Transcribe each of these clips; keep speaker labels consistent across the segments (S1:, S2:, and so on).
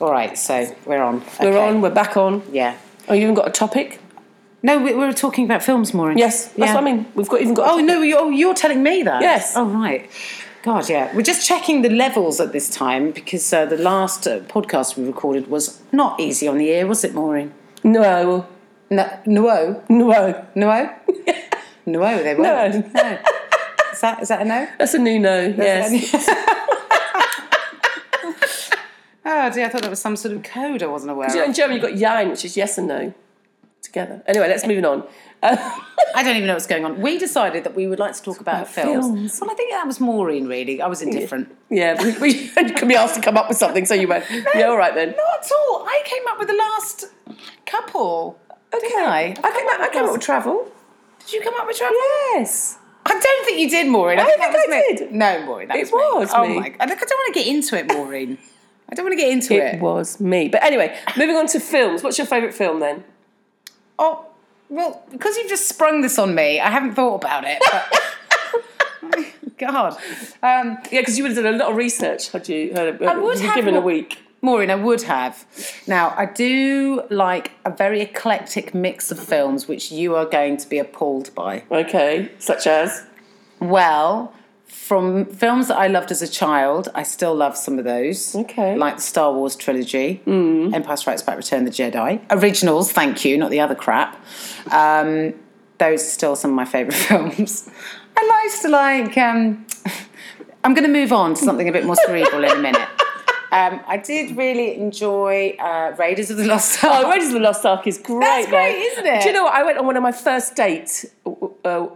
S1: All right, so we're on.
S2: We're
S1: Okay.
S2: on, we're back on.
S1: Yeah.
S2: Oh, you even got a topic?
S1: No, we, we were talking about films, Maureen.
S2: Yes, that's
S1: Yeah.
S2: what I mean. We've got even got. a
S1: Oh
S2: topic.
S1: no, you're, you're telling me that.
S2: Yes.
S1: Oh right. God, yeah. We're just checking the levels at this time because uh, the last uh, podcast we recorded was not easy on the ear, was it, Maureen?
S2: no,
S1: No, no,
S2: no,
S1: no, no. They weren't.
S2: no.
S1: Is that is that a no?
S2: That's a new no. Yes.
S1: Oh dear, I thought that was some sort of code I wasn't aware
S2: You know,
S1: of.
S2: in German, you've got Jein, which is yes and no together. Anyway, let's move on. Uh,
S1: I don't even know what's going on. We decided that we would like to talk about, films.
S2: films.
S1: Well, I think that was Maureen, really. I was indifferent.
S2: yeah, we, we could be asked to come up with something, so you went, yeah, all right then.
S1: Not at all. I came up with the last couple. Didn't I?
S2: I came up, I came up with travel.
S1: Did you come up with travel?
S2: Yes.
S1: I don't think you did, Maureen.
S2: I
S1: that
S2: think I
S1: was me.
S2: did.
S1: No, Maureen. That
S2: It
S1: was,
S2: was
S1: me.
S2: me.
S1: Oh my god! I don't want to get into it, Maureen. I don't want to get into it.
S2: It was me. But anyway, moving on to films. What's your favourite film then?
S1: Oh well, because you've just sprung this on me, I haven't thought about it. But... God, um,
S2: Yeah, because you would have done a lot of research had you had
S1: I would have
S2: given a
S1: more-
S2: week.
S1: Maureen, I would have. Now, I do like a very eclectic mix of films, which you are going to be appalled by.
S2: Okay, such as
S1: Well, from films that I loved as a child, I still love some of those.
S2: Okay. Mm.
S1: Like the Star Wars trilogy, Empire Strikes Back, Return of the Jedi. Originals, thank you, not the other crap. Um, those are still some of my favourite films. I like to like, um, I'm going to move on to something a bit more cerebral in a minute. Um, I did really enjoy uh, Raiders of the Lost Ark.
S2: Oh, Raiders of the Lost Ark is great.
S1: That's great,
S2: though.
S1: isn't it?
S2: Do you know what? I went on one of my first dates uh,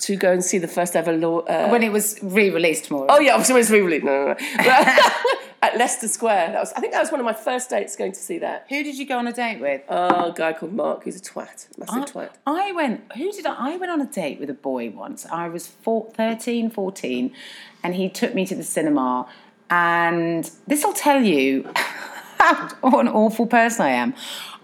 S2: to go and see the first ever law. Uh,
S1: when it was re-released, Maureen.
S2: oh yeah, I'm sorry, it's really no, no, no. But- at Leicester Square. That was. I think that was one of my first dates going to see that.
S1: Who did you go on a date with?
S2: Oh, a guy called Mark, who's a twat, massive twat.
S1: I went, who did I? I went on a date with a boy once. I was four, 13, 14, and he took me to the cinema. And this will tell you what an awful person I am.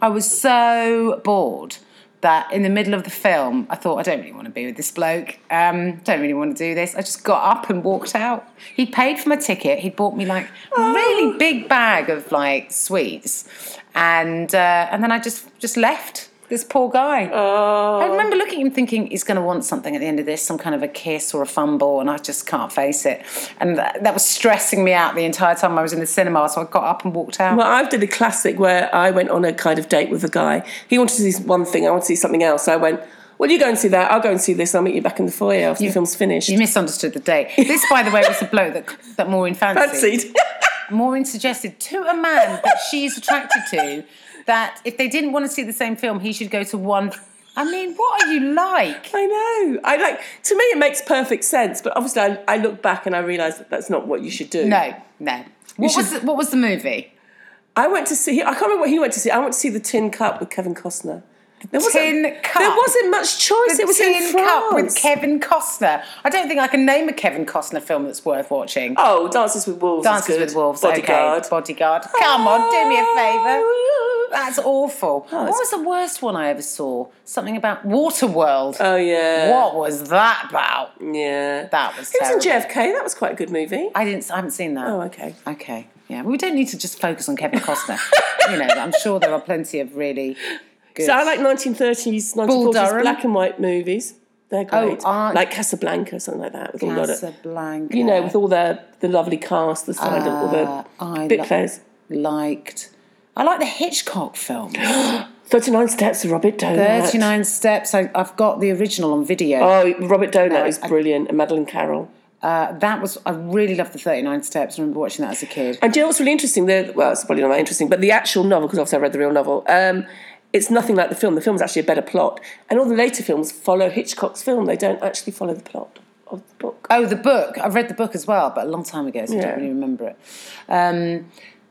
S1: I was so bored that in the middle of the film, I thought, I don't really want to be with this bloke. Um, don't really want to do this. I just got up and walked out. He paid for my ticket. He bought me like a really big bag of like sweets. And, uh, and then I just, just left. This poor guy. I remember looking at him thinking he's going to want something at the end of this, some kind of a kiss or a fumble, and I just can't face it. And that, that was stressing me out the entire time I was in the cinema, so I got up and walked out.
S2: Well, I've did a classic where I went on a kind of date with a guy. He wanted to see one thing, I wanted to see something else. I went, well, you go and see that. I'll go and see this. I'll meet you back in the foyer after the film's finished.
S1: you misunderstood the date. This, by the way, was the bloke that, that Maureen fancied.
S2: Fancied.
S1: Maureen suggested to a man that she's attracted to that if they didn't want to see the same film, he should go to one. I mean, what are you like?
S2: I know. I like. To me, it makes perfect sense. But obviously, I, I look back and I realise that that's not what you should do.
S1: No, no. What, was, the, what was the movie?
S2: I went to see. I can't remember what he went to see. I went to see the Tin Cup with Kevin Costner. There
S1: Tin Cup.
S2: There wasn't much choice. it was in
S1: Tin Cup with
S2: France.
S1: Kevin Costner. I don't think I can name a Kevin Costner film that's worth watching.
S2: oh, Dances with Wolves. is
S1: Dances
S2: good.
S1: with Wolves.
S2: Bodyguard. Oh.
S1: Okay. Bodyguard. Come on, do me a favour. That's awful. what
S2: it's-
S1: was the worst one I ever saw? Something about Waterworld.
S2: Oh yeah.
S1: what was that about?
S2: Yeah.
S1: That was
S2: He was in
S1: terrible.
S2: JFK. That was quite a good movie.
S1: I didn't. I haven't seen that.
S2: oh, okay.
S1: Okay. Yeah. Well, we don't need to just focus on Kevin Costner. you know, I'm sure there are plenty of really good.
S2: So I like 1930s, 1940s
S1: Durham.
S2: black and white movies. They're
S1: Oh,
S2: great.
S1: aren't-
S2: like Casablanca, something like that, with a lot of
S1: Casablanca.
S2: you know, with all the the lovely cast, the side all the
S1: Ah, I
S2: bit
S1: lo-
S2: players.
S1: liked. I like the Hitchcock film.
S2: Thirty nine steps, Robert Donat.
S1: 39 Steps. I, I've got the original on video.
S2: Oh, Robert Donat is
S1: I-
S2: brilliant, and Madeline Carroll.
S1: Uh, that was, I really loved the 39 Steps. I remember watching that as a kid.
S2: And do you know what's really interesting? The, well, it's probably not that interesting, but the actual novel, because obviously I read the real novel. Um, it's nothing like the film. The film's actually a better plot, and all the later films follow Hitchcock's film. They don't actually follow the plot of the book.
S1: Oh, the book. I've read the book as well, but a long time ago, so I
S2: Yeah.
S1: don't really remember it. Um,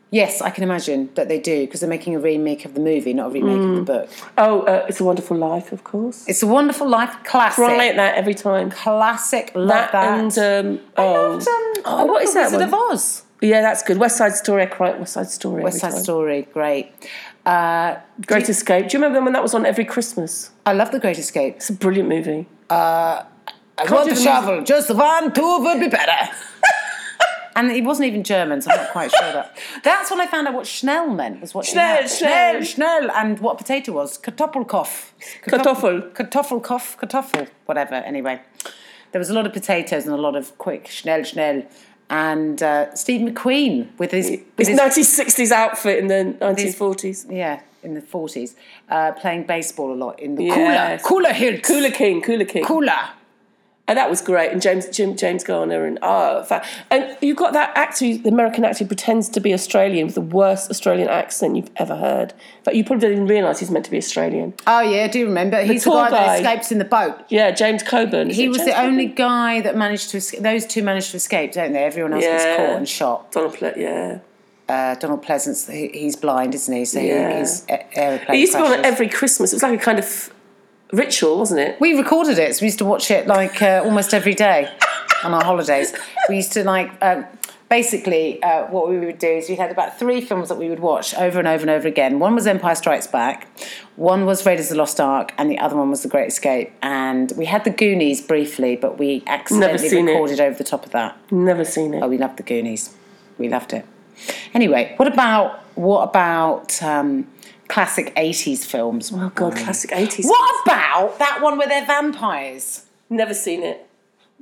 S1: yes, I can imagine that they do because they're making a remake of the movie, not a remake of the book.
S2: Oh, uh, it's a Wonderful Life, of course.
S1: It's a Wonderful Life classic.
S2: Cry at that every time.
S1: Classic. Love that.
S2: That, and um, oh,
S1: Loved, um,
S2: oh, what is
S1: The
S2: that
S1: Wizard
S2: one?
S1: of Oz.
S2: Yeah, that's good. West Side Story. I cry at West Side Story.
S1: West
S2: every
S1: Side
S2: time.
S1: Story, great. Uh,
S2: Great Escape. Do you remember when that was on every Christmas?
S1: I love The Great Escape.
S2: It's a brilliant movie.
S1: I want
S2: do
S1: to
S2: the
S1: travel. Just one, two would be better. And he wasn't even German, so I'm not quite sure that. That's when I found out what Schnell meant. Was what he
S2: Schnell,
S1: had.
S2: Schnell.
S1: Schnell, Schnell, and what potato was Kartoffelkopf.
S2: Kartoffel.
S1: Kartoffelkopf, Kartoffel, whatever. Anyway, there was a lot of potatoes and a lot of quick Schnell, Schnell, and uh, Steve McQueen with his with
S2: His
S1: his
S2: 1960s outfit in the 1940s.
S1: yeah in the 40s, uh, playing baseball a lot in the
S2: Yes.
S1: cooler cooler hills
S2: Cooler King, Cooler King.
S1: cooler.
S2: And that was great. And James Jim, James Garner and oh, fa- and you got that actor, the American actor, who pretends to be Australian with the worst Australian accent you've ever heard. But you probably didn't even realise he's meant to be Australian.
S1: Oh yeah, I do remember. He's the
S2: tall
S1: guy,
S2: guy.
S1: that escapes in the boat.
S2: Yeah, James Coburn. Is
S1: He
S2: it
S1: was
S2: James
S1: the only guy that managed to escape. Those two managed to escape, don't they? Everyone else was
S2: Yeah.
S1: caught and shot.
S2: Coburn? Donald Platt. Yeah,
S1: Uh, Donald Pleasance, he, he's blind, isn't he? So
S2: Yeah.
S1: he, his a- aeroplane.
S2: he used to be on it
S1: crashes.
S2: every Christmas. It was like a kind of ritual, wasn't it?
S1: we recorded it, so we used to watch it like uh, almost every day on our holidays. We used to like. Um, Basically, uh, what we would do is we had about three films that we would watch over and over and over again. One was Empire Strikes Back, one was Raiders of the Lost Ark, and the other one was The Great Escape. And we had The Goonies briefly, but we accidentally
S2: seen it.
S1: recorded over the top of that.
S2: Never seen it.
S1: Oh, we loved the Goonies. We loved it. Anyway, what about what about um, classic eighties films?
S2: Oh God, classic eighties.
S1: What about that one where they're vampires?
S2: Never seen it.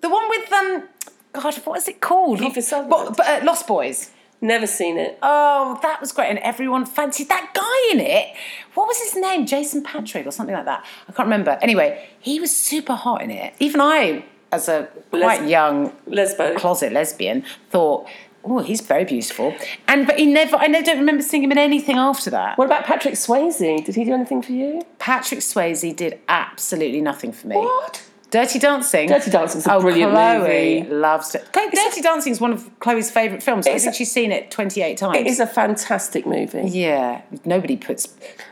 S1: The one with um, God, what is it called?
S2: Kiefer Sutherland.
S1: But, but, uh, Lost Boys.
S2: Never seen it.
S1: Oh, that was great, and everyone fancied that guy in it. What was his name? Jason Patrick or something like that. I can't remember. Anyway, he was super hot in it. Even I, as a quite
S2: Lesb-
S1: young
S2: Lesbo.
S1: closet lesbian thought oh he's very beautiful and but he never i don't remember seeing him in anything after that
S2: What about Patrick Swayze? Did he do anything for you?
S1: patrick swayze did absolutely nothing for me
S2: What?
S1: dirty dancing
S2: Dirty Dancing's a
S1: oh
S2: brilliant
S1: chloe
S2: movie.
S1: loves it Chloe- dirty dancing is one of chloe's favorite films i
S2: It's
S1: think
S2: a-
S1: she's seen it 28
S2: It
S1: times
S2: is a fantastic movie.
S1: yeah nobody puts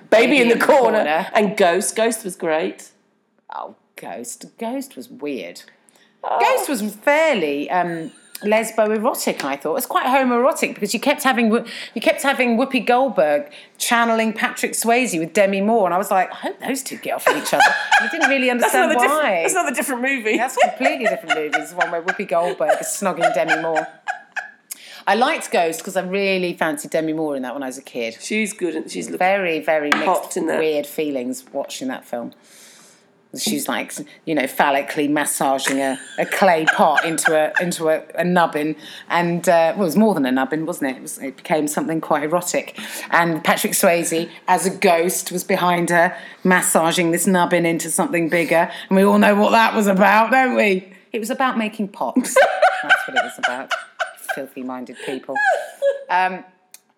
S2: Baby in the corner. and Ghost. Ghost was great.
S1: oh ghost ghost was weird
S2: Oh.
S1: Ghost was fairly um, lesbo erotic. I thought it was quite homoerotic because you kept having Wh- you kept having Whoopi Goldberg channeling Patrick Swayze with Demi Moore, and I was like, I hope those two get off with each other. And I didn't really understand
S2: different.
S1: why.
S2: That's another different movie.
S1: That's completely different movies. One where Whoopi Goldberg is snogging Demi Moore. I liked Ghost because I really fancied Demi Moore in that when I was a kid.
S2: she's good. And she's looking.
S1: Very, very mixed,
S2: Popped in that.
S1: weird feelings watching that film. She's like, you know, phallically massaging a, a clay pot into a into a, a nubbin, and uh, well, it was more than a nubbin, wasn't it? It, was, it became something quite erotic. And Patrick Swayze, as a ghost, was behind her, massaging this nubbin into something bigger. And we all know what that was about, don't we? It was about making pots. That's what it was about. Filthy-minded people. Um,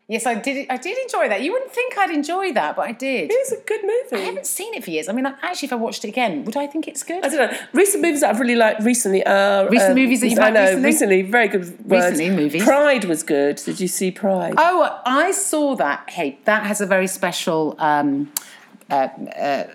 S1: yes, I did. I did enjoy that. You wouldn't think I'd enjoy that, but I did.
S2: It's a good movie.
S1: I haven't seen it for years. I mean, I- actually, if I watched it again, would I think it's good?
S2: I don't know. Recent movies that I've really liked recently are um,
S1: Recent movies that you've
S2: I
S1: liked
S2: know
S1: recently?
S2: very good words.
S1: Recently movies.
S2: Pride was good. Did you see Pride?
S1: Oh, I saw that. Hey, that has a very special um, uh, uh,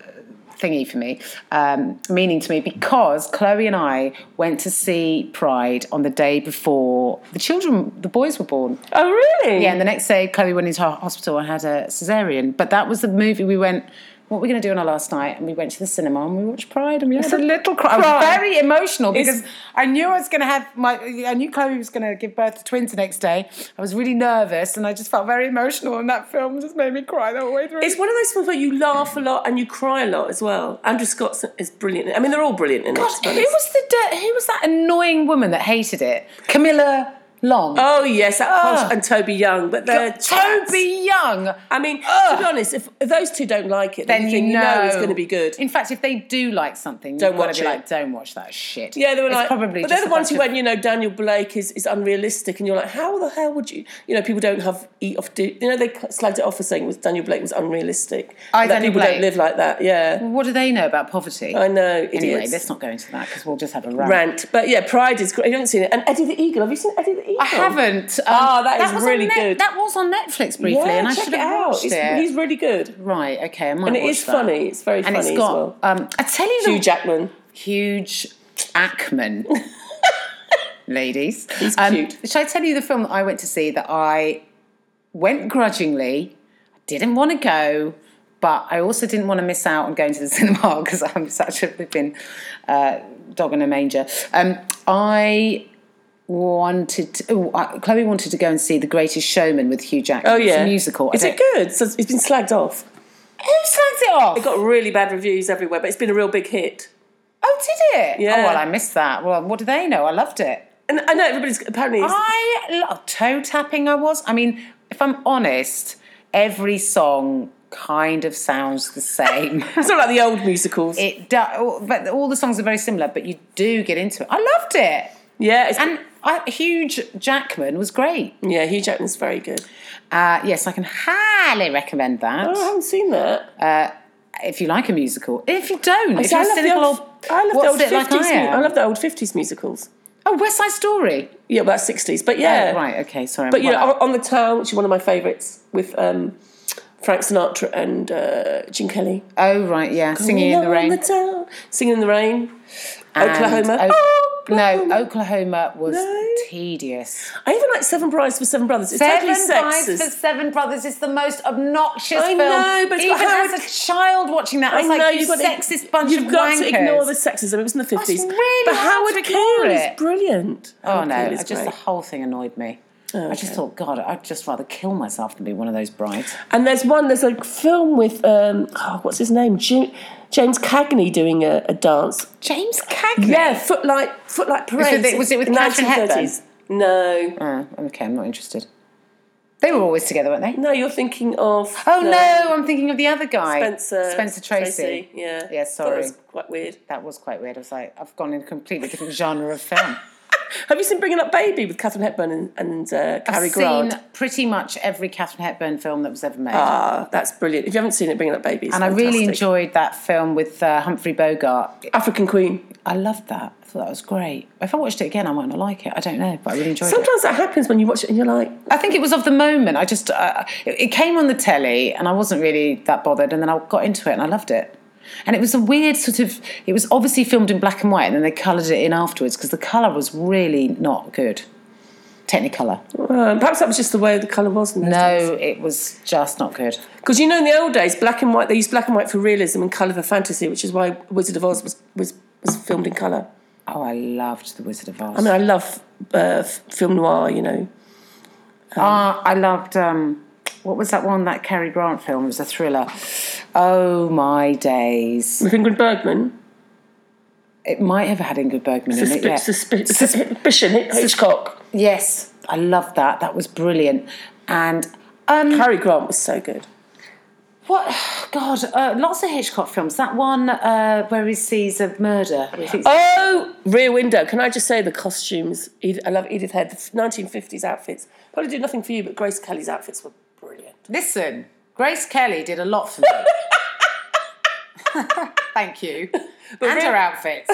S1: thingy for me, um, meaning to me, because Chloe and I went to see Pride on the day before the children, the boys were born.
S2: Oh, really?
S1: Yeah, and the next day, Chloe went into ho- hospital and had a cesarean. But that was the movie we went. What we're going to do on our last night, and we went to the cinema and we watched Pride, and we had a little cry. I
S2: Pride.
S1: was very emotional because
S2: It's-
S1: I knew I was going to have my. I knew Chloe was going to give birth to twins the next day. I was really nervous, and I just felt very emotional. And that film just made me cry the whole way through.
S2: It's one of those films where you laugh a lot and you cry a lot as well. Andrew Scott is brilliant. I mean, they're all brilliant in it. to
S1: God, who
S2: be honest.
S1: was the de- who was that annoying woman that hated it? Camilla Long.
S2: Oh yes, that posh and Toby Young, but they're chats.
S1: Toby Young.
S2: I mean, to
S1: Ugh.
S2: be honest, if, if those two don't like it, then,
S1: then
S2: you,
S1: you
S2: think,
S1: know,
S2: it's going to be good.
S1: In fact, if they do like something,
S2: Don't
S1: you've got
S2: watch
S1: to be
S2: it.
S1: like, don't watch that shit.
S2: Yeah, they were
S1: It's
S2: like,
S1: probably.
S2: but they're
S1: just
S2: the ones
S1: a
S2: who
S1: bunch
S2: went, you know, Daniel Blake is, is unrealistic, and you're like, how the hell would you, you know, people don't have eat off, do, you know, they slagged it off for saying it was Daniel Blake was unrealistic.
S1: Oh,
S2: And that
S1: Daniel
S2: people don't
S1: Blake.
S2: live like that, yeah.
S1: of- What do they know about poverty?
S2: I know, Oh, idiots.
S1: Anyway, let's not go into that because we'll just have a rant.
S2: rant. But yeah, Pride is great. You haven't seen it. And Eddie the Eagle, have you seen Eddie the Eagle?
S1: I haven't. Um,
S2: Oh. Ah, that is
S1: was on
S2: really
S1: Net-
S2: good.
S1: That was on Netflix briefly,
S2: Yeah,
S1: and I
S2: check
S1: should
S2: it
S1: have
S2: out.
S1: watched
S2: It's-
S1: it.
S2: He's really good.
S1: Right, okay, I might
S2: And it
S1: watch
S2: is
S1: that.
S2: funny. It's very
S1: and
S2: funny
S1: it's got.
S2: as well.
S1: Um, I tell you,
S2: Hugh
S1: the
S2: Jackman.
S1: huge Ackman. Ladies,
S2: He's cute.
S1: Should I tell you the film that I went to see that I went grudgingly? I didn't want to go, but I also didn't want to miss out on going to the cinema because I'm such a flipping uh, dog in a manger. Um, I wanted to, oh, uh, Chloe wanted to go and see The Greatest Showman with Hugh Jackman.
S2: Oh yeah,
S1: It's a musical. I
S2: Is it
S1: don't-
S2: good? So it's been slagged off.
S1: Who slagged it off?
S2: It got really bad reviews everywhere, but it's been a real big hit.
S1: oh, did it?
S2: Yeah.
S1: Oh, well, I missed that. Well, what do they know? I loved it.
S2: And I know everybody's apparently. it's-
S1: I lo- toe tapping. I was. I mean, if I'm honest, every song kind of sounds the same.
S2: it's not like the old musicals.
S1: it do, but all the songs are very similar. But you do get into it. I loved it,
S2: yeah, it's,
S1: and I, huge Jackman was great.
S2: yeah, Hugh Jackman's very good.
S1: Uh, yes, I can highly recommend that. Uh,
S2: Oh, I haven't seen that.
S1: If you like a musical, if you don't, if
S2: See,
S1: you're
S2: I love the
S1: cynical,
S2: old. I love the
S1: what's
S2: old
S1: it like
S2: fifties.
S1: I am?
S2: I love the old fifties musicals.
S1: oh, West Side Story.
S2: Yeah, well, that's sixties, but yeah,
S1: Oh, right. Okay. Sorry.
S2: But you
S1: well,
S2: know, on, on the town, which is one of my favourites, with um, Frank Sinatra and uh, Gene Kelly.
S1: oh, right. Yeah. Singing in the
S2: On
S1: rain.
S2: town. Singing in the rain.
S1: And
S2: Oklahoma.
S1: O-
S2: Oh, Oklahoma.
S1: No, Oklahoma was
S2: No.
S1: tedious.
S2: I even like Seven Brides for Seven Brothers. It's
S1: Seven
S2: totally
S1: Brides
S2: sexist.
S1: for Seven Brothers is the most obnoxious
S2: I
S1: film.
S2: know, but it's
S1: even
S2: got Howard-
S1: as a child watching that, I was like, you
S2: you've got to-
S1: sexist bunch
S2: You've
S1: of
S2: got
S1: wankers.
S2: to ignore the sexism. It was in the fifties.
S1: really
S2: but
S1: hard to
S2: Howard
S1: ignore
S2: Keel is
S1: it.
S2: brilliant.
S1: Oh
S2: Howard
S1: no!
S2: Keel
S1: I
S2: is
S1: just
S2: great. Oh,
S1: the whole thing annoyed me. I just
S2: okay.
S1: thought, God, I'd just rather kill myself than be one of those brides.
S2: And there's one, there's a film with, um, oh, what's his name? Ju- James Cagney doing a, a dance.
S1: James Cagney.
S2: Yeah, Footlight, Footlight Parade.
S1: it- was it with Catherine
S2: 1930s. No.
S1: Oh, okay, I'm not interested. They were always together, weren't they?
S2: No, you're thinking of.
S1: Oh no,
S2: the
S1: I'm thinking of the other guy,
S2: Spencer.
S1: Spencer Tracy.
S2: Yeah.
S1: Yeah,
S2: Thought
S1: sorry.
S2: That was quite weird.
S1: That was quite weird. I was like, I've gone in a completely different genre of film.
S2: Have you seen Bringing Up Baby with Catherine Hepburn and, and uh, Cary
S1: I've
S2: Grant?
S1: seen pretty much every Catherine Hepburn film that was ever made.
S2: Ah, that's brilliant. If you haven't seen it, Bringing Up Baby.
S1: and I really enjoyed that film with uh, Humphrey Bogart.
S2: African Queen.
S1: I loved that. I thought that was great. If I watched it again, I might not like it. I don't know, but I really enjoyed it.
S2: Sometimes that happens when you watch it and you're like,
S1: I think it was of the moment. I just uh, it it came on the telly, and I wasn't really that bothered. And then I got into it, and I loved it. And it was a weird sort of. It was obviously filmed in black and white, and then they coloured it in afterwards because the colour was really not good. Technicolor.
S2: well, perhaps that was just the way the colour was.
S1: No, it was just not good.
S2: Because you know, in the old days, black and white, they used black and white for realism and colour for fantasy, which is why Wizard of Oz was, was, was filmed in colour.
S1: Oh, I loved The Wizard of Oz.
S2: I mean, I love uh, f- film noir, you know.
S1: Ah, I loved. Um, what was that one? That Cary Grant film it was a thriller. Oh my days!
S2: With Ingrid Bergman.
S1: It might have had Ingrid Bergman in it.
S2: Suspi-
S1: Yeah.
S2: suspi- suspicion, Hitchcock.
S1: Yes, I loved that. That was brilliant. And um,
S2: Harry Grant was so good.
S1: what? God, uh, lots of Hitchcock films. That one uh, where he sees a murder.
S2: Oh, Rear Window. Can I just say the costumes? Edith, I love Edith Head. The 1950s outfits probably do nothing for you, but Grace Kelly's outfits were brilliant.
S1: Listen, Grace Kelly did a lot for me. Thank you. and
S2: real-
S1: her outfits.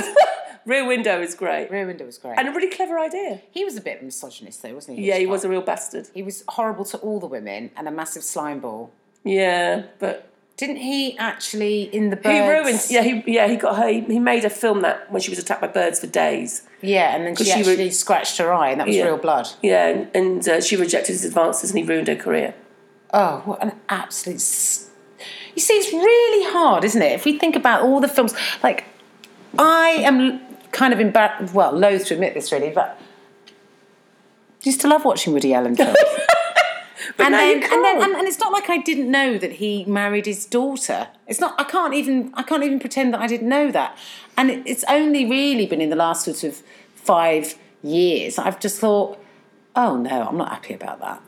S2: Rear Window is great.
S1: Rear Window was great.
S2: And a really clever idea.
S1: he was a bit misogynist, though, wasn't he?
S2: Yeah, he
S1: Hitchcock?
S2: was a real bastard.
S1: He was horrible to all the women and a massive slime ball.
S2: Yeah, but
S1: Didn't he actually in the
S2: he
S1: birds?
S2: ruined. Yeah, he yeah he got her. He, he made her film that when she was attacked by birds for days.
S1: Yeah, and then she,
S2: she re-
S1: actually scratched her eye, and that was
S2: Yeah.
S1: real blood.
S2: Yeah, and, and uh, she rejected his advances, and he ruined her career.
S1: Oh, what an absolute. S- you see, it's really hard, isn't it? If we think about all the films, like, I am kind of embarrassed, well, loath to admit this really, but I used to love watching Woody Allen films. and,
S2: now you
S1: then, and then
S2: can't.
S1: and, and it's not like I didn't know that he married his daughter. It's not I can't even I can't even pretend that I didn't know that. And it, it's only really been in the last sort of 5 years I've just thought oh no, I'm not happy about that.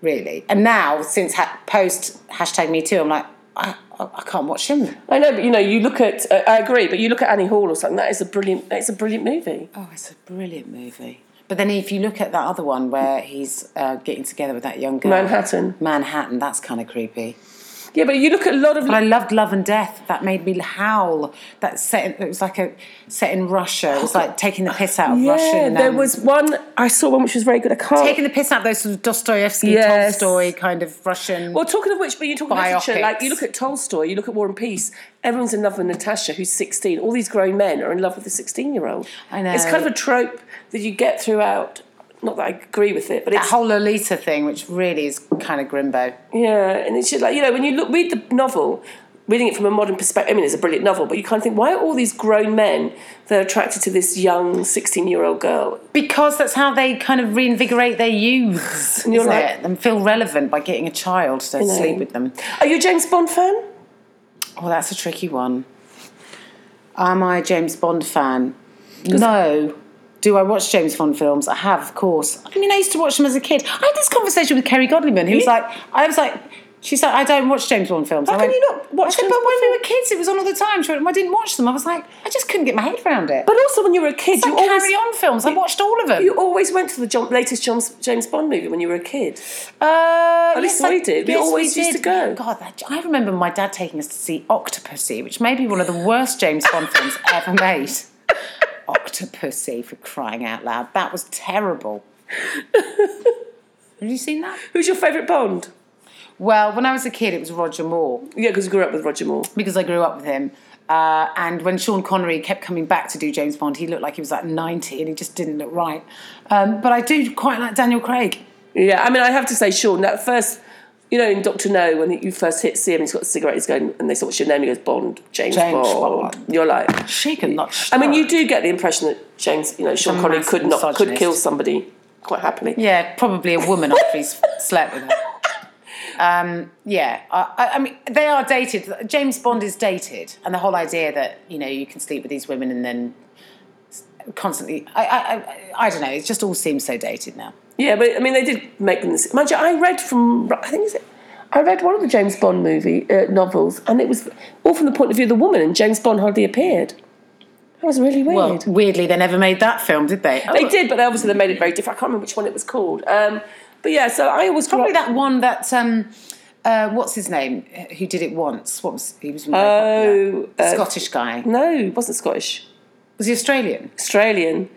S1: Really. And now since ha- post hashtag me too I'm like I, I, I can't watch him.
S2: I know, but you know, you look at. Uh, I agree, but you look at Annie Hall or something. That is a brilliant. That's a brilliant movie.
S1: Oh, it's a brilliant movie. But then if you look at that other one where he's uh, getting together with that young girl
S2: Manhattan.
S1: Manhattan, that's kind of creepy.
S2: Yeah, but you look at a lot of.
S1: But I loved Love and Death. That made me howl. That set. It was like a set in Russia. It was like taking the piss out of
S2: Yeah,
S1: Russian.
S2: there
S1: um,
S2: was one. I saw one which was very good. I can't.
S1: taking the piss out of those sort of Dostoevsky,
S2: Yes.
S1: Tolstoy kind of Russian.
S2: well, talking of which, but you talk about literature,
S1: Biopics.
S2: like you look at Tolstoy, you look at War and Peace. Everyone's in love with Natasha, who's sixteen. All these grown men are in love with a sixteen-year-old.
S1: I know.
S2: It's kind of a trope that you get throughout. Not that I agree with it, but
S1: that
S2: it's
S1: whole Lolita thing, which really is kind of grimbo.
S2: yeah, and it's just like you know when you look read the novel. reading it from a modern perspective, I mean, it's a brilliant novel, but you kind of think, why are all these grown men that are attracted to this young 16 year old girl?
S1: Because that's how they kind of reinvigorate their youths,
S2: you're
S1: isn't
S2: like-
S1: it? And feel relevant by getting a child to
S2: know.
S1: sleep with them.
S2: Are you a James Bond fan?
S1: Oh, that's a tricky one. Am I a James Bond fan? No. Do I watch James Bond films? I have, of course. I mean, I used to watch them as a kid. I had this conversation with Kerry Godleyman, who was like, I was like, she's like, I don't watch James Bond films. I
S2: How can you not watch
S1: I said,
S2: James
S1: but
S2: Bond
S1: when we were kids, it was on all the time. She went, I didn't watch them. I was like, I just couldn't get my head around it.
S2: But also, when you were a kid,
S1: it's
S2: you
S1: like
S2: always.
S1: Carry On films. I watched all of them.
S2: You always went to the John, latest John, James Bond movie when you were a kid.
S1: Uh,
S2: At least
S1: yes,
S2: we
S1: I-
S2: did. We
S1: yes,
S2: always used to
S1: did.
S2: go.
S1: God, that, I remember my dad taking us to see Octopussy, which may be one of the worst James Bond films ever made. Octopussy, for crying out loud. That was terrible. Have you seen that?
S2: Who's your favourite Bond?
S1: Well, when I was a kid, it was Roger Moore
S2: Yeah, because you grew up with Roger Moore.
S1: because I grew up with him. Uh, and when Sean Connery kept coming back to do James Bond, he looked like he was like 90 and he just didn't look right. Um, but I do quite like Daniel Craig.
S2: Yeah, I mean, I have to say, Sean, that first, you know, in Doctor No, when you first hit see him, he's got a cigarette, he's going, and they say, "What's your name?" He goes, "Bond, James,
S1: James
S2: Bond.
S1: Bond.
S2: You're like,
S1: Shaken, not
S2: I mean, you
S1: stirred.
S2: do get the impression that James, you know, Sean
S1: a
S2: Connery
S1: massive
S2: could not could
S1: misogynist.
S2: kill somebody quite happily.
S1: Yeah, probably a woman after he's slept with her. Um, yeah, I, I- I mean, they are dated. James Bond is dated, and the whole idea that you know you can sleep with these women and then constantly, I, I, I, I don't know. It just all seems so dated now.
S2: Yeah, but I mean, they did make them. This, mind you, I read from I think is it. I read one of the James Bond movie uh, novels, and it was all from the point of view of the woman, and James Bond hardly appeared. That was really weird.
S1: Well, weirdly, they never made that film, did they? Oh,
S2: they did, but obviously they made it very different. I can't remember which one it was called. Um, but yeah, so I always grew
S1: Probably
S2: up-
S1: that one that um, uh, what's his name? Who did it once? What was he was really
S2: Oh,
S1: popular.
S2: uh,
S1: Scottish guy.
S2: No, it wasn't Scottish.
S1: Was he Australian?
S2: Australian.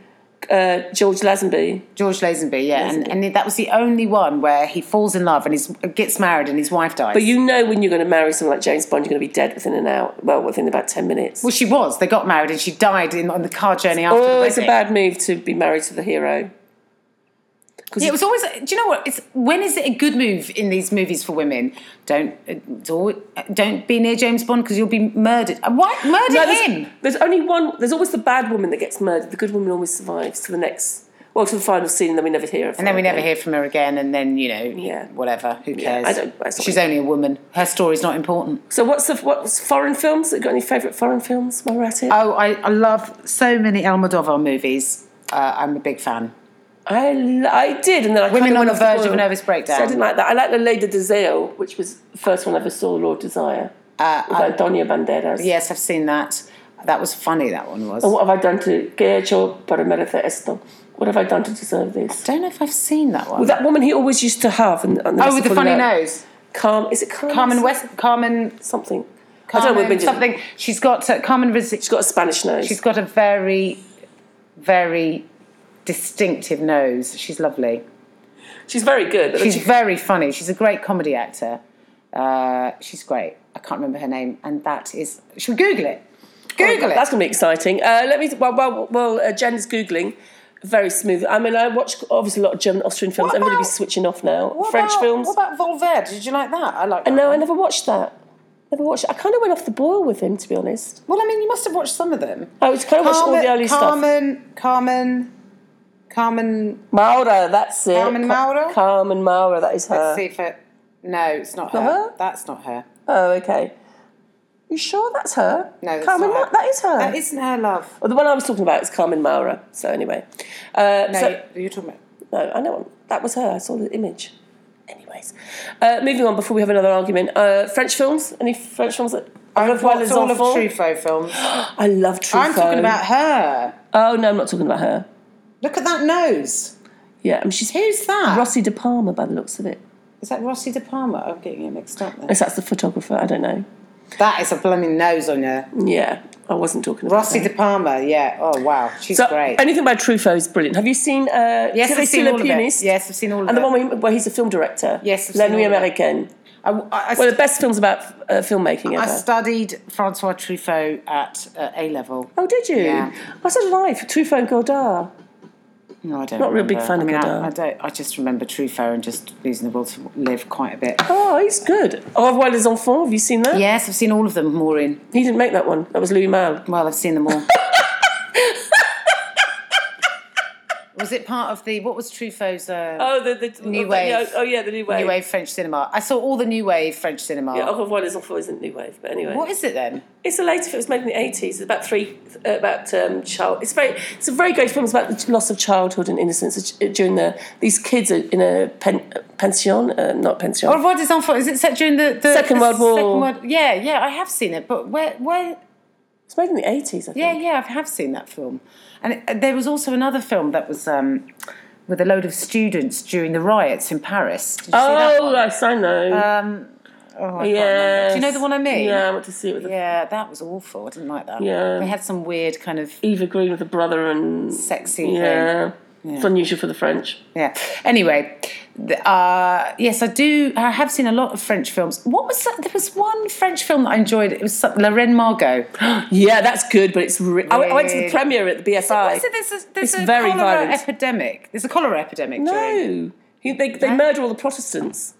S2: Uh, George Lazenby.
S1: George Lazenby, yeah, And, and that was the only one where he falls in love and he's, gets married and his wife dies.
S2: But you know when you're going to marry someone like James Bond, you're going to be dead within an hour. Well, within about ten minutes.
S1: well, she was. They got married and she died in, on the car journey after the
S2: oh,
S1: wedding.
S2: it's a bad move to be married to the hero.
S1: Yeah, it was always. Do you know what? It's when is it a good move in these movies for women? Don't it's always, don't be near James Bond because you'll be murdered. Uh, Why murder
S2: No,
S1: him?
S2: there's, there's only one. There's always the bad woman that gets murdered. The good woman always survives to the next, well, to the final scene, and then we never hear.
S1: And then we never hear from her again. And then you know,
S2: Yeah.
S1: whatever. Who
S2: Yeah,
S1: cares?
S2: I don't- that's not-
S1: She's only a woman. Her story's not important.
S2: So what's the what's foreign films? Got any favourite foreign films while we're at it?
S1: Oh, I, I love so many Almodovar movies. Uh, I'm a big fan.
S2: I, l- I did, and then I
S1: Women
S2: kinda
S1: on
S2: went
S1: the
S2: off
S1: verge of
S2: boil.
S1: a nervous breakdown.
S2: So I didn't like that. I like the Lady Desire, which was the first one I ever saw. Lord Desire. Uh, with Antonio Banderas.
S1: Yes, I've seen that. That was funny. That one was.
S2: What have I done to? ¿Qué he hecho para merecer esto? What have I done to deserve this?
S1: don't know if I've seen that one.
S2: Well, that woman he always used to have, and, and
S1: oh, with the funny nose,
S2: Carmen, is it Carmen?
S1: Carmen West, Carmen,
S2: Something. I don't know.
S1: Carmen
S2: we've been doing-
S1: something. She's got uh, Carmen.
S2: She's
S1: Resi-
S2: got a Spanish nose.
S1: she's got a very, very distinctive nose. She's lovely.
S2: She's very good. But
S1: She's
S2: she-
S1: very funny. She's a great comedy actor. Uh, she's great. I can't remember her name, and that is. Should we Google it? Google it.
S2: That's going to be exciting. Uh, let me. Well, well, well uh, Jen is googling. Very smooth. I mean, I watch obviously a lot of German, Austrian films.
S1: What
S2: I'm going to be
S1: about-
S2: switching off now.
S1: What
S2: French
S1: about-
S2: films.
S1: What about Volver? Did you like that? I like. That
S2: no, I
S1: one.
S2: never watched that. Never watched. it. I kind of went off the boil with him, to be honest.
S1: Well, I mean, you must have watched some of them.
S2: I was kind of watched all the early stuff.
S1: Carmen, Carmen, Carmen.
S2: Maura, that's it.
S1: Carmen Maura?
S2: Carmen Maura, that is her.
S1: Let's see if it. No, it's not her.
S2: her?
S1: That's not her.
S2: Oh, okay. You sure that's her?
S1: No, that's
S2: Carmen.
S1: not her.
S2: Ma- that is her.
S1: That isn't her love.
S2: Well, the one I was talking about is Carmen Maura. So anyway, uh,
S1: No,
S2: so-
S1: you're talking about.
S2: No, I know that was her. I saw the image. Anyways, uh, moving on before we have another argument. Uh, French films? Any French films that? I love
S1: What's all of
S2: Truffaut.
S1: Truffaut films?
S2: I love Truffaut.
S1: I'm talking about her.
S2: Oh no, I'm not talking about her.
S1: Look at that nose.
S2: Yeah, I mean she's
S1: Who's that?
S2: Rossi De Palma by the looks of it.
S1: is that Rossi De Palma? I'm getting it mixed up. Then.
S2: Unless that's the photographer. I don't know.
S1: That is a blooming nose on her.
S2: Yeah, I wasn't talking about
S1: Rossi
S2: her.
S1: De Palma. Yeah. Oh wow, she's
S2: So
S1: great.
S2: anything by Truffaut is brilliant. Have you seen? Uh,
S1: yes,
S2: Tire
S1: I've seen
S2: sur le
S1: all of it.
S2: pianiste?
S1: Yes, I've seen all of
S2: And the
S1: it.
S2: one where, he- where he's a film director.
S1: Yes, I've
S2: La
S1: seen
S2: Nuit
S1: all of it.
S2: Américaine.
S1: I, I- I
S2: One of the best films about uh, filmmaking
S1: I
S2: ever.
S1: studied Francois Truffaut at uh, A level.
S2: Oh, did you?
S1: Yeah.
S2: I said live, Truffaut and Godard.
S1: No, I don't.
S2: Not a real big
S1: remember.
S2: fan
S1: I
S2: of
S1: mean,
S2: Godard.
S1: I, I don't. I just remember True Fair and just losing the will to live quite a bit.
S2: Oh, he's good. Au revoir les enfants. Have you seen that?
S1: Yes, I've seen all of them. Maureen.
S2: He didn't make that one. That was Louis Malle.
S1: Well, I've seen them all. was it part of the what was Truffaut's uh,
S2: Oh, the, the
S1: New
S2: oh,
S1: Wave.
S2: yeah, oh yeah, the new wave.
S1: new wave French cinema? I saw all the new wave French cinema.
S2: Yeah, oh, Au revoir les enfants isn't new wave, but anyway.
S1: What is it then?
S2: It's a later film. It was made in the eighties. It's about three about um, child. It's very. It's a very great film. It's about the loss of childhood and innocence during the. These kids are in a pen, pension, uh, not pension.
S1: Au revoir des enfants. Is it set during the, the
S2: Second
S1: the
S2: World War.
S1: yeah, yeah, I have seen it, but where, where?
S2: It's made in the eighties. I think.
S1: Yeah, yeah, I have seen that film. And it, there was also another film that was um, with a load of students during the riots in Paris. Did you see that
S2: Oh,
S1: one?
S2: yes, I know.
S1: Um, oh, I
S2: yeah.
S1: yeah. Do you know the one I mean?
S2: Yeah, I went to see it with the
S1: Yeah, that was awful. I didn't like that.
S2: Yeah.
S1: They had some weird kind of
S2: Eva Green with the brother and
S1: sexy thing.
S2: yeah. It's unusual for the French.
S1: Yeah. Anyway, th- uh, yes, I do. I have seen a lot of French films. What was that? There was one French film that I enjoyed. It was some, Lorraine Margot.
S2: Yeah, that's good, but it's. Re- I, went- I went to the
S1: Really?
S2: premiere at the BFI.
S1: What is it? There's a, there's
S2: It's
S1: a
S2: very
S1: cholera
S2: violent.
S1: epidemic. There's a cholera epidemic. During.
S2: No. He, they they murder all the Protestants.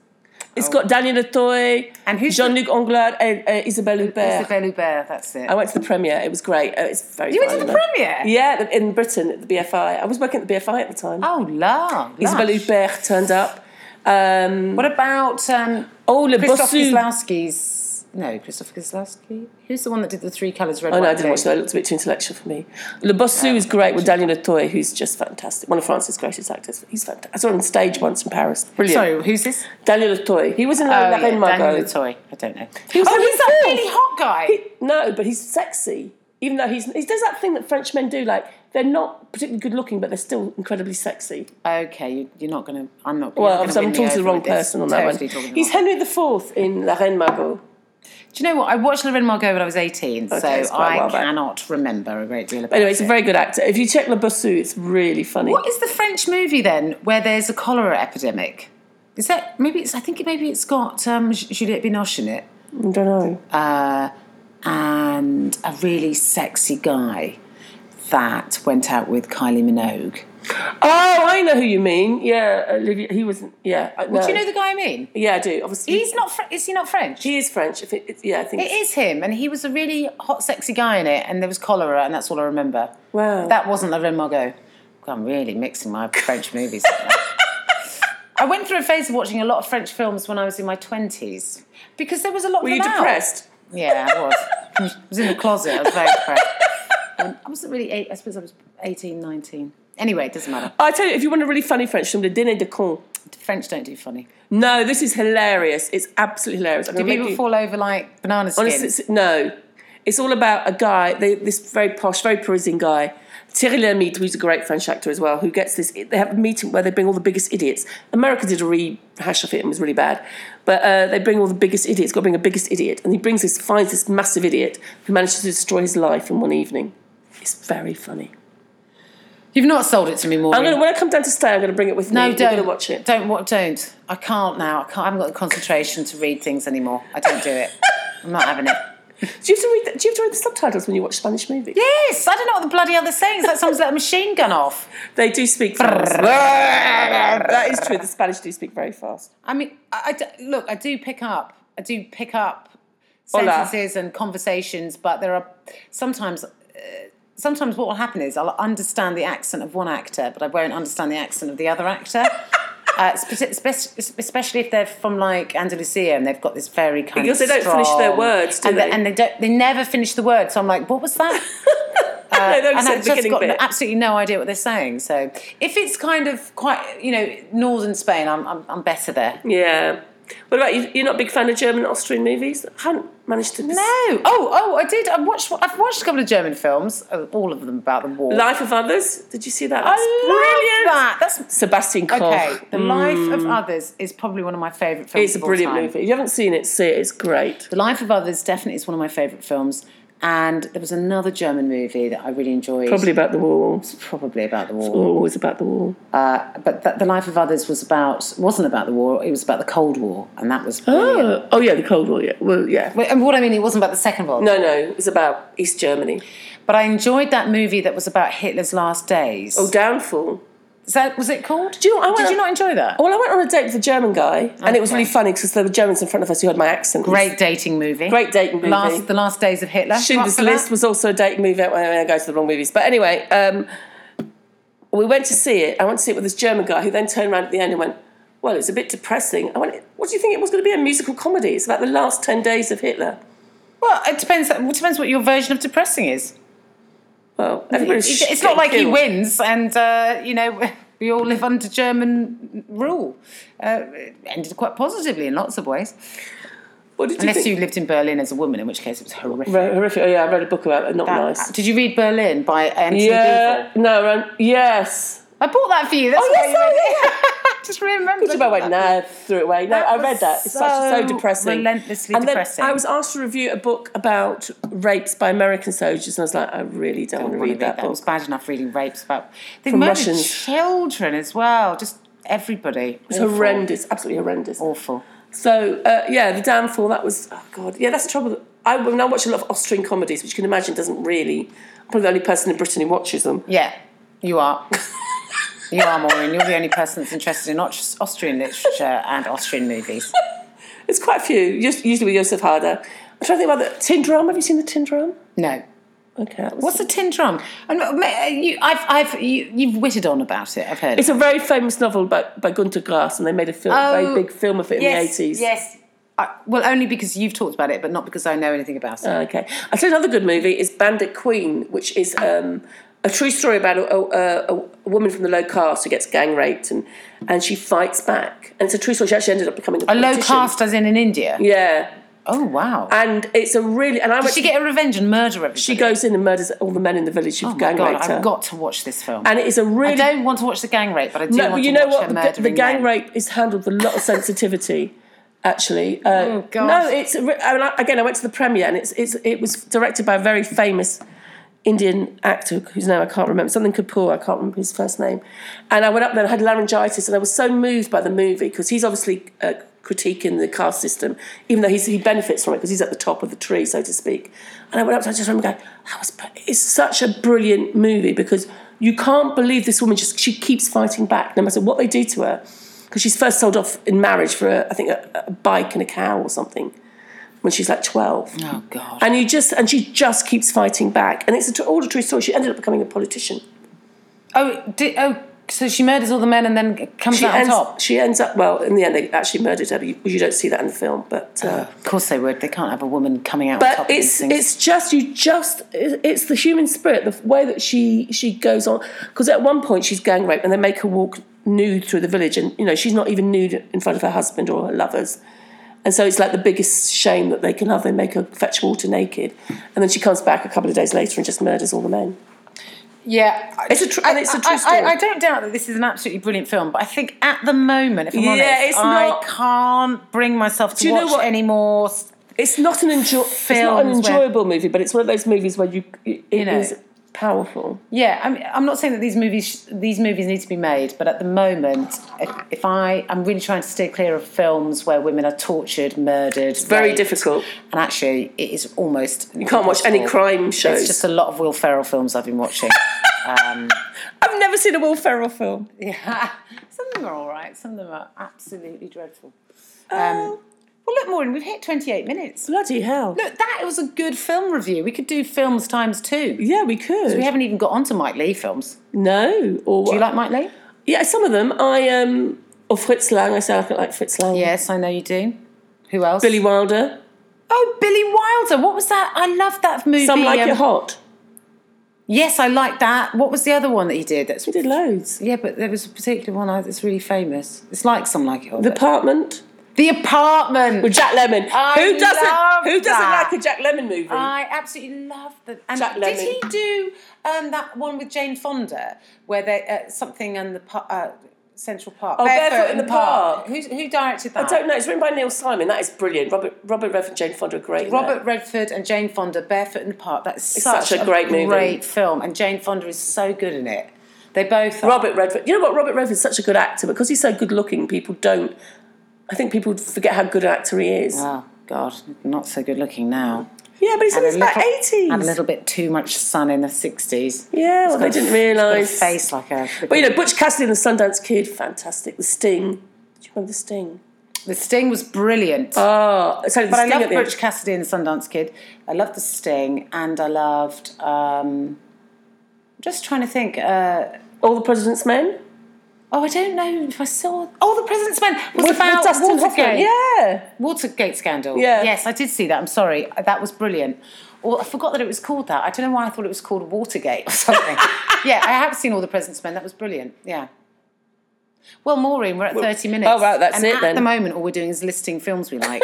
S2: It's got Daniel Latoy,
S1: Oh. And who's
S2: Jean-Luc Anglade, and uh, Isabelle Huppert.
S1: Isabelle Hubert, that's it.
S2: I went to the premiere. It was great. Uh, It's very.
S1: you went to the
S2: violent.
S1: premiere?
S2: Yeah, in Britain at the BFI. I was working at the BFI at the time.
S1: Oh, love.
S2: Isabelle Huppert turned up. Um,
S1: What about um,
S2: oh, Le
S1: Christoph
S2: Bossu.
S1: Kieslowski's? No, Christoph Kieslowski. Who's the one that did the three colours red?
S2: Oh no,
S1: white,
S2: I didn't
S1: blue?
S2: watch that. It looked a bit too intellectual for me. Le Bossu
S1: Oh,
S2: is great with Daniel Latoy, who's just fantastic. One of France's greatest actors. He's fantastic. I saw him on stage once in Paris. Brilliant. Oh,
S1: Sorry, who's this?
S2: Daniel Latoy. He was in La, La Reine
S1: Oh, Daniel
S2: Margot.
S1: Latoy. I don't know.
S2: was
S1: oh,
S2: in
S1: he's
S2: the
S1: that
S2: film.
S1: really hot guy.
S2: No, but he's sexy. Even though he's he does that thing that French men do, like they're not particularly good looking, but they're still incredibly sexy.
S1: Okay, you, you're not going to. I'm not.
S2: Well,
S1: going
S2: obviously, I'm talking to the wrong person on that
S1: totally
S2: one.
S1: Talking
S2: He's
S1: Do
S2: Henry IV in La Reine Margot.
S1: you know what? I watched Lorraine Margot when I was 18,
S2: Okay, it's
S1: so
S2: quite a
S1: I
S2: while back.
S1: cannot remember a great deal about
S2: Anyway, he's a
S1: it.
S2: very good actor. If you check Le Bossu, it's really funny.
S1: What is the French movie then where there's a cholera epidemic? Is that maybe it's? I think it- maybe it's got um, Ju- Juliette Binoche in it
S2: I don't know.
S1: uh, and a really sexy guy that went out with Kylie Minogue.
S2: Oh, I know who you mean. Yeah, Olivia. He was. Yeah. I- no.
S1: Do you know the guy I mean?
S2: yeah, I do. Obviously,
S1: He's not. Fr- is he not French?
S2: He is French. If it, it- yeah, I think.
S1: It is him, and he was a really hot, sexy guy in it, and there was cholera, and that's all I remember.
S2: Wow.
S1: That wasn't Lorraine Margot. God, I'm really mixing my French movies. up now. I went through a phase of watching a lot of French films when I was in my 20s because there was a lot
S2: Were
S1: of
S2: you
S1: them out.
S2: depressed?
S1: Yeah, I was. I was in the closet. I was very depressed. Um, I wasn't really eight. I suppose I was 18, 19. Anyway, it doesn't matter.
S2: I tell you, if you want a really funny French film, Le Dîner de Con.
S1: French don't do funny.
S2: No, this is hilarious. It's absolutely hilarious. I'm
S1: Do
S2: gonna make
S1: people
S2: you-
S1: fall over like banana skin?
S2: Honestly, it's, no. It's all about a guy, they, this very posh, very Parisian guy, Thierry Lhermitte, who's a great French actor as well, who gets this. They have a meeting where they bring all the biggest idiots. America did a rehash of it and was really bad. But uh, they bring all the biggest idiots, got to bring a biggest idiot. And he brings this, finds this massive idiot who manages to destroy his life in one evening. It's very funny.
S1: You've not sold it to me, Maureen.
S2: I'm gonna, when I come down to stay, I'm going to bring it with me.
S1: No,
S2: You're
S1: don't
S2: gonna watch it.
S1: Don't wa- don't. I can't now. I, can't, I haven't got the concentration to read things anymore. I don't do it. I'm not having it.
S2: Do you, have to read the, do you have to read the subtitles when you watch Spanish movies?
S1: Yes, I don't know what the bloody hell they're saying. That sounds like a machine gun off.
S2: They do speak fast. that is true. The Spanish do speak very fast.
S1: I mean, I, I d- look. I do pick up. I do pick up
S2: Hola.
S1: sentences and conversations, but there are sometimes. Uh, Sometimes what will happen is I'll understand the accent of one actor, but I won't understand the accent of the other actor. uh, spe- spe- especially if they're from like Andalusia and they've got this very kind
S2: Because they
S1: of
S2: don't finish their
S1: strong-
S2: words, do
S1: and
S2: they?
S1: and they don't. They never finish the word. So I'm like, what was that?
S2: no, they only
S1: Uh, and
S2: said
S1: I've just
S2: the beginning
S1: got
S2: bit.
S1: absolutely no idea what they're saying. So if it's kind of quite, you know, northern Spain, I'm, I'm, I'm better there.
S2: yeah. What about you? You're not a big fan of German and Austrian movies? I haven't managed to.
S1: No. Oh, oh, I did. I watched. I've watched a couple of German films. uh, All of them about the war.
S2: Life of Others? Did you see that?
S1: I
S2: That's brilliant.
S1: love that. That's
S2: Sebastian Koch.
S1: Oh. okay. The Life of Others is probably one of my favourite films.
S2: It's a
S1: of all
S2: brilliant
S1: time.
S2: movie. If you haven't seen it, see it. It's great.
S1: The Life of Others definitely is one of my favourite films. And there was another German movie that I really enjoyed.
S2: Probably about the wall.
S1: probably about the war.
S2: Always about the wall.
S1: Uh, but th- the Life of Others was about wasn't about the war. It was about the Cold War, and that was brilliant.
S2: Oh, oh yeah, the Cold War. Yeah. Well, yeah.
S1: But- And what I mean, it wasn't about the Second World War.
S2: No, no. It's about East Germany.
S1: But I enjoyed that movie that was about Hitler's last days.
S2: Oh, Downfall.
S1: that was it called?
S2: Do you know what Oh, I went
S1: Did you
S2: on-
S1: not enjoy that?
S2: Well, I went on a date with a German guy, and it was
S1: Okay.
S2: really funny because there were Germans in front of us who had my accent. It was-
S1: Great dating movie.
S2: Great dating movie.
S1: Last, the last days of Hitler.
S2: Schindler's List was also a dating movie. I mean, I go to the wrong movies, but anyway, um, we went to see it. I went to see it with this German guy who then turned around at the end and went, "Well, it's a bit depressing." I went, "What do you think it was going to be? A musical comedy? It's about the last ten days of Hitler."
S1: Well, it depends. It depends what your version of depressing is.
S2: Well, everybody's
S1: It's,
S2: sh-
S1: it's not like he
S2: getting killed.
S1: wins, and uh, you know we all live under German rule. Uh, it ended quite positively in lots of ways,
S2: What did you
S1: unless
S2: think?
S1: you lived in Berlin as a woman, in which case it was horrific.
S2: Very horrific. Oh, yeah, I read a book about it. Not
S1: That-
S2: nice.
S1: Did you read Berlin by Anthony Beevor?
S2: Yeah. No. Um, yes.
S1: I bought that for you. That's
S2: Oh,
S1: why
S2: yes,
S1: you
S2: oh,
S1: read it.
S2: yeah.
S1: Just remember.
S2: Which I went, no, threw it away. No,
S1: That
S2: I
S1: was
S2: read that. It's such,
S1: so
S2: so depressing.
S1: relentlessly
S2: and then
S1: depressing.
S2: I was asked to review a book about rapes by American soldiers, and I was like, I really don't, want to
S1: wanna
S2: read, that,
S1: It was
S2: book.
S1: bad enough reading rapes, but they murdered
S2: Russians.
S1: children as well. Just everybody.
S2: It's horrendous, absolutely horrendous.
S1: Awful.
S2: So, uh, yeah, The Downfall, that was, oh God. Yeah, that's the trouble. I, when I watch a lot of Austrian comedies, which you can imagine doesn't really, I'm probably the only person in Britain who watches them.
S1: Yeah, you are. you are, Maureen. You're the only person that's interested in Aus- Austrian literature and Austrian movies.
S2: It's quite a few, us- usually with Josef Hader. I'm trying to think about the Tin Drum. Have you seen the Tin Drum?
S1: No.
S2: Okay. that was-
S1: What's a tin drum? And uh, ma- uh, you, I've, I've, you, you've witted on about it. I've heard.
S2: It's a very famous novel by, by Gunter Grass, and they made a film, a
S1: Oh,
S2: very big film of it in the 80s.
S1: Yes. I, well, only because you've talked about it, but not because I know anything about it.
S2: Okay. I tell you another good movie is Bandit Queen, which is um, a true story about a, a, a, a woman from the low caste who gets gang raped and, and she fights back. And it's a true story. She actually ended up becoming a,
S1: a low
S2: politician.
S1: caste, as in in India.
S2: Yeah.
S1: Oh wow!
S2: And it's a really and I
S1: Did
S2: went.
S1: she get a revenge and murder everybody?
S2: she goes in and murders all the men in the village who've
S1: Oh my
S2: gang
S1: god!
S2: raped her.
S1: I've got to watch this film.
S2: and it is a
S1: I
S2: really
S1: don't want to watch the gang rape, but I do
S2: no.
S1: want
S2: But you
S1: to
S2: know
S1: watch her
S2: what? The, the
S1: murdering
S2: gang
S1: men.
S2: rape is handled with a lot of sensitivity. Actually, uh,
S1: Oh, God.
S2: no. It's a re- I mean, I- again. I went to the premiere, and it's, it's it was directed by a very famous Indian actor whose name I can't remember. Something Kapoor. I can't remember his first name. And I went up there and had laryngitis, and I was so moved by the movie because he's obviously uh, critiquing the caste system, even though he's, he benefits from it because he's at the top of the tree, so to speak. And I went up to I just remember going, that was, br- it's such a brilliant movie because you can't believe this woman just she keeps fighting back no matter what they do to her because she's first sold off in marriage for a, I think a, a bike and a cow or something when she's like twelve.
S1: Oh god!
S2: And you just and she just keeps fighting back, and it's a, tr- all a true story. She ended up becoming a politician.
S1: Oh, di oh, so she murders all the men and then comes
S2: She
S1: out
S2: ends,
S1: on top.
S2: she ends up well in the end. They actually murdered her, but you, you don't see that in the film. But uh,
S1: Of course they would. They can't have a woman coming out on top.
S2: but
S1: of these
S2: Uh, it's
S1: things.
S2: it's just you just it- it's the human spirit, the way that she she goes on. Because at one point she's gang raped, and they make her walk nude through the village, and you know she's not even nude in front of her husband or her lovers. And so it's like the biggest shame that they can have. They make her fetch water naked, and then she comes back a couple of days later and just murders all the men.
S1: yeah.
S2: It's a tr- and it's a true
S1: I,
S2: story.
S1: I, I don't doubt that this is an absolutely brilliant film, but I think at the moment, if I'm
S2: Yeah,
S1: honest,
S2: it's
S1: I
S2: not-
S1: can't bring myself to
S2: you
S1: watch
S2: know what-
S1: any more. s-
S2: It's not an enjo- it's
S1: Films
S2: not an
S1: where-
S2: enjoyable movie, but it's one of those movies where you it is
S1: know.
S2: powerful.
S1: Yeah, I'm, I'm not saying that these movies these movies need to be made, but at the moment, if, if I I'm really trying to steer clear of films where women are tortured, murdered. It's
S2: Very difficult.
S1: and actually, it is almost
S2: You can't watch any crime shows.
S1: It's just a lot of Will Ferrell films I've been watching.
S2: I've never seen a Will Ferrell film.
S1: Yeah, some of them are all right. Some of them are absolutely dreadful.
S2: Oh.
S1: Well, look, Maureen, we've hit 28 minutes.
S2: bloody hell!
S1: Look, that was a good film review. We could do films times two.
S2: yeah, we could.
S1: We haven't even got onto Mike Lee films.
S2: no, or
S1: Do you like Mike Lee?
S2: yeah, some of them. I um or Fritz Lang. I say I like Fritz Lang.
S1: Yes, I know you do. Who else?
S2: Billy Wilder.
S1: Oh, Billy Wilder. What was that? I love that movie.
S2: Some like
S1: um,
S2: it hot.
S1: Yes, I like that. What was the other one that he did? That's
S2: We did loads.
S1: yeah, but there was a particular one I- that's really famous. It's like some like it. Hot.
S2: The Apartment
S1: the apartment.
S2: with Jack Lemon.
S1: I
S2: who doesn't?
S1: love
S2: who doesn't
S1: that.
S2: like a Jack Lemon movie?
S1: I absolutely love the. And
S2: Jack
S1: did
S2: Lemmon.
S1: he do um, that one with Jane Fonda where they uh, something and the par- uh, Central Park? Oh,
S2: Barefoot in the Park.
S1: Who, who directed that?
S2: I don't know. It's written by Neil Simon. That is brilliant. Robert Robert Redford and Jane Fonda are great. in that.
S1: Robert Redford and Jane Fonda, Barefoot in the Park. That's
S2: such a great movie.
S1: great film, and Jane Fonda is so good in it. They both are.
S2: Robert Redford. You know what? Robert Redford's such a good actor because he's so good looking. People don't. I think people forget how good an actor he is.
S1: Oh God, not so good looking now.
S2: Yeah, but he said
S1: And a
S2: it's about
S1: little- and a
S2: eighties.
S1: little bit too much sun in the 60s.
S2: Yeah, well, they didn't realise.
S1: His face like a.
S2: But you know, Butch Cassidy and the Sundance Kid, fantastic. The Sting. Do you remember the Sting?
S1: the Sting was brilliant.
S2: Oh, sorry, the
S1: Ah, but I
S2: Sting at
S1: loved
S2: the end.
S1: Butch Cassidy and the Sundance Kid. I loved the Sting, and I loved. Um, just trying to think. Uh,
S2: All the President's Men.
S1: oh, I don't know if I saw. Oh, the President's Men was
S2: With- with
S1: about
S2: Dustin Hoffman.
S1: Watergate.
S2: Yeah.
S1: Watergate scandal.
S2: Yeah.
S1: Yes, I did see that. I'm sorry. That was brilliant. Or I forgot that it was called that. I don't know why I thought it was called Watergate or something. yeah, I have seen all the President's Men. That was brilliant. Yeah. Well, Maureen, we're at 30 minutes.
S2: oh, right, that's
S1: and
S2: it
S1: at
S2: then.
S1: the moment, all we're doing is listing films we like.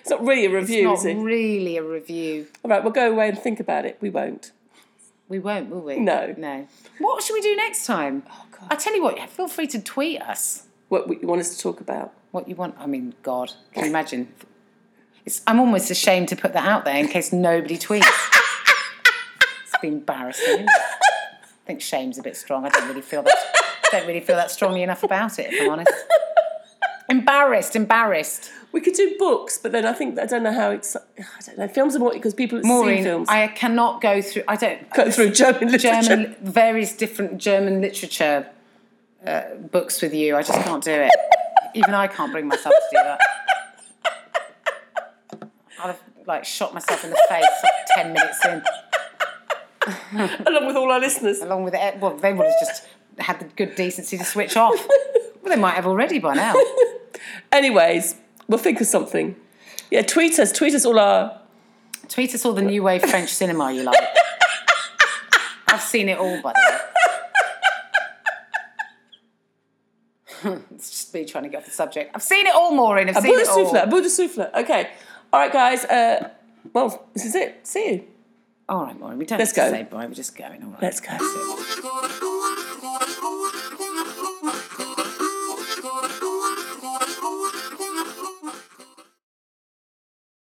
S2: It's not really a review,
S1: Not
S2: is it?
S1: really a review.
S2: All right, we'll go away and think about it. We won't.
S1: We won't, will we?
S2: No.
S1: No. What should we do next time?
S2: God.
S1: I tell you what, feel free to tweet us
S2: What we- you want us to talk about?
S1: what you want. I mean, God, can you imagine? It's, I'm almost ashamed to put that out there in case nobody tweets. it's been embarrassing. I think shame's a bit strong. I don't really feel that. Don't really feel that strongly enough about it. If I'm honest. Embarrassed, embarrassed.
S2: We could do books, but then I think I don't know how. Ex- I don't know. Films are more because people have seen
S1: Maureen,
S2: films.
S1: I cannot go through. I don't.
S2: Cut through German literature.
S1: German, various different German literature uh, books with you. I just can't do it. Even I can't bring myself to do that. I'd have like shot myself in the face like, ten minutes in,
S2: along with all our listeners.
S1: along with it. Well, they would have just had the good decency to switch off. Well, they might have already by now.
S2: Anyways, we'll think of something. Yeah, tweet us. Tweet us all our.
S1: Tweet us all the new wave French cinema you like. I've seen it all, by the way. it's just me trying to get off the subject. I've seen it all, Maureen. I've seen
S2: Buddha
S1: it all.
S2: Souffle. Buddha Souffle. Okay. All right, guys. Uh, well, this is it. See you.
S1: All right, Maureen, we don't
S2: Let's
S1: have to
S2: go.
S1: say bye. We're just going. All right.
S2: Let's go.
S3: Thank you.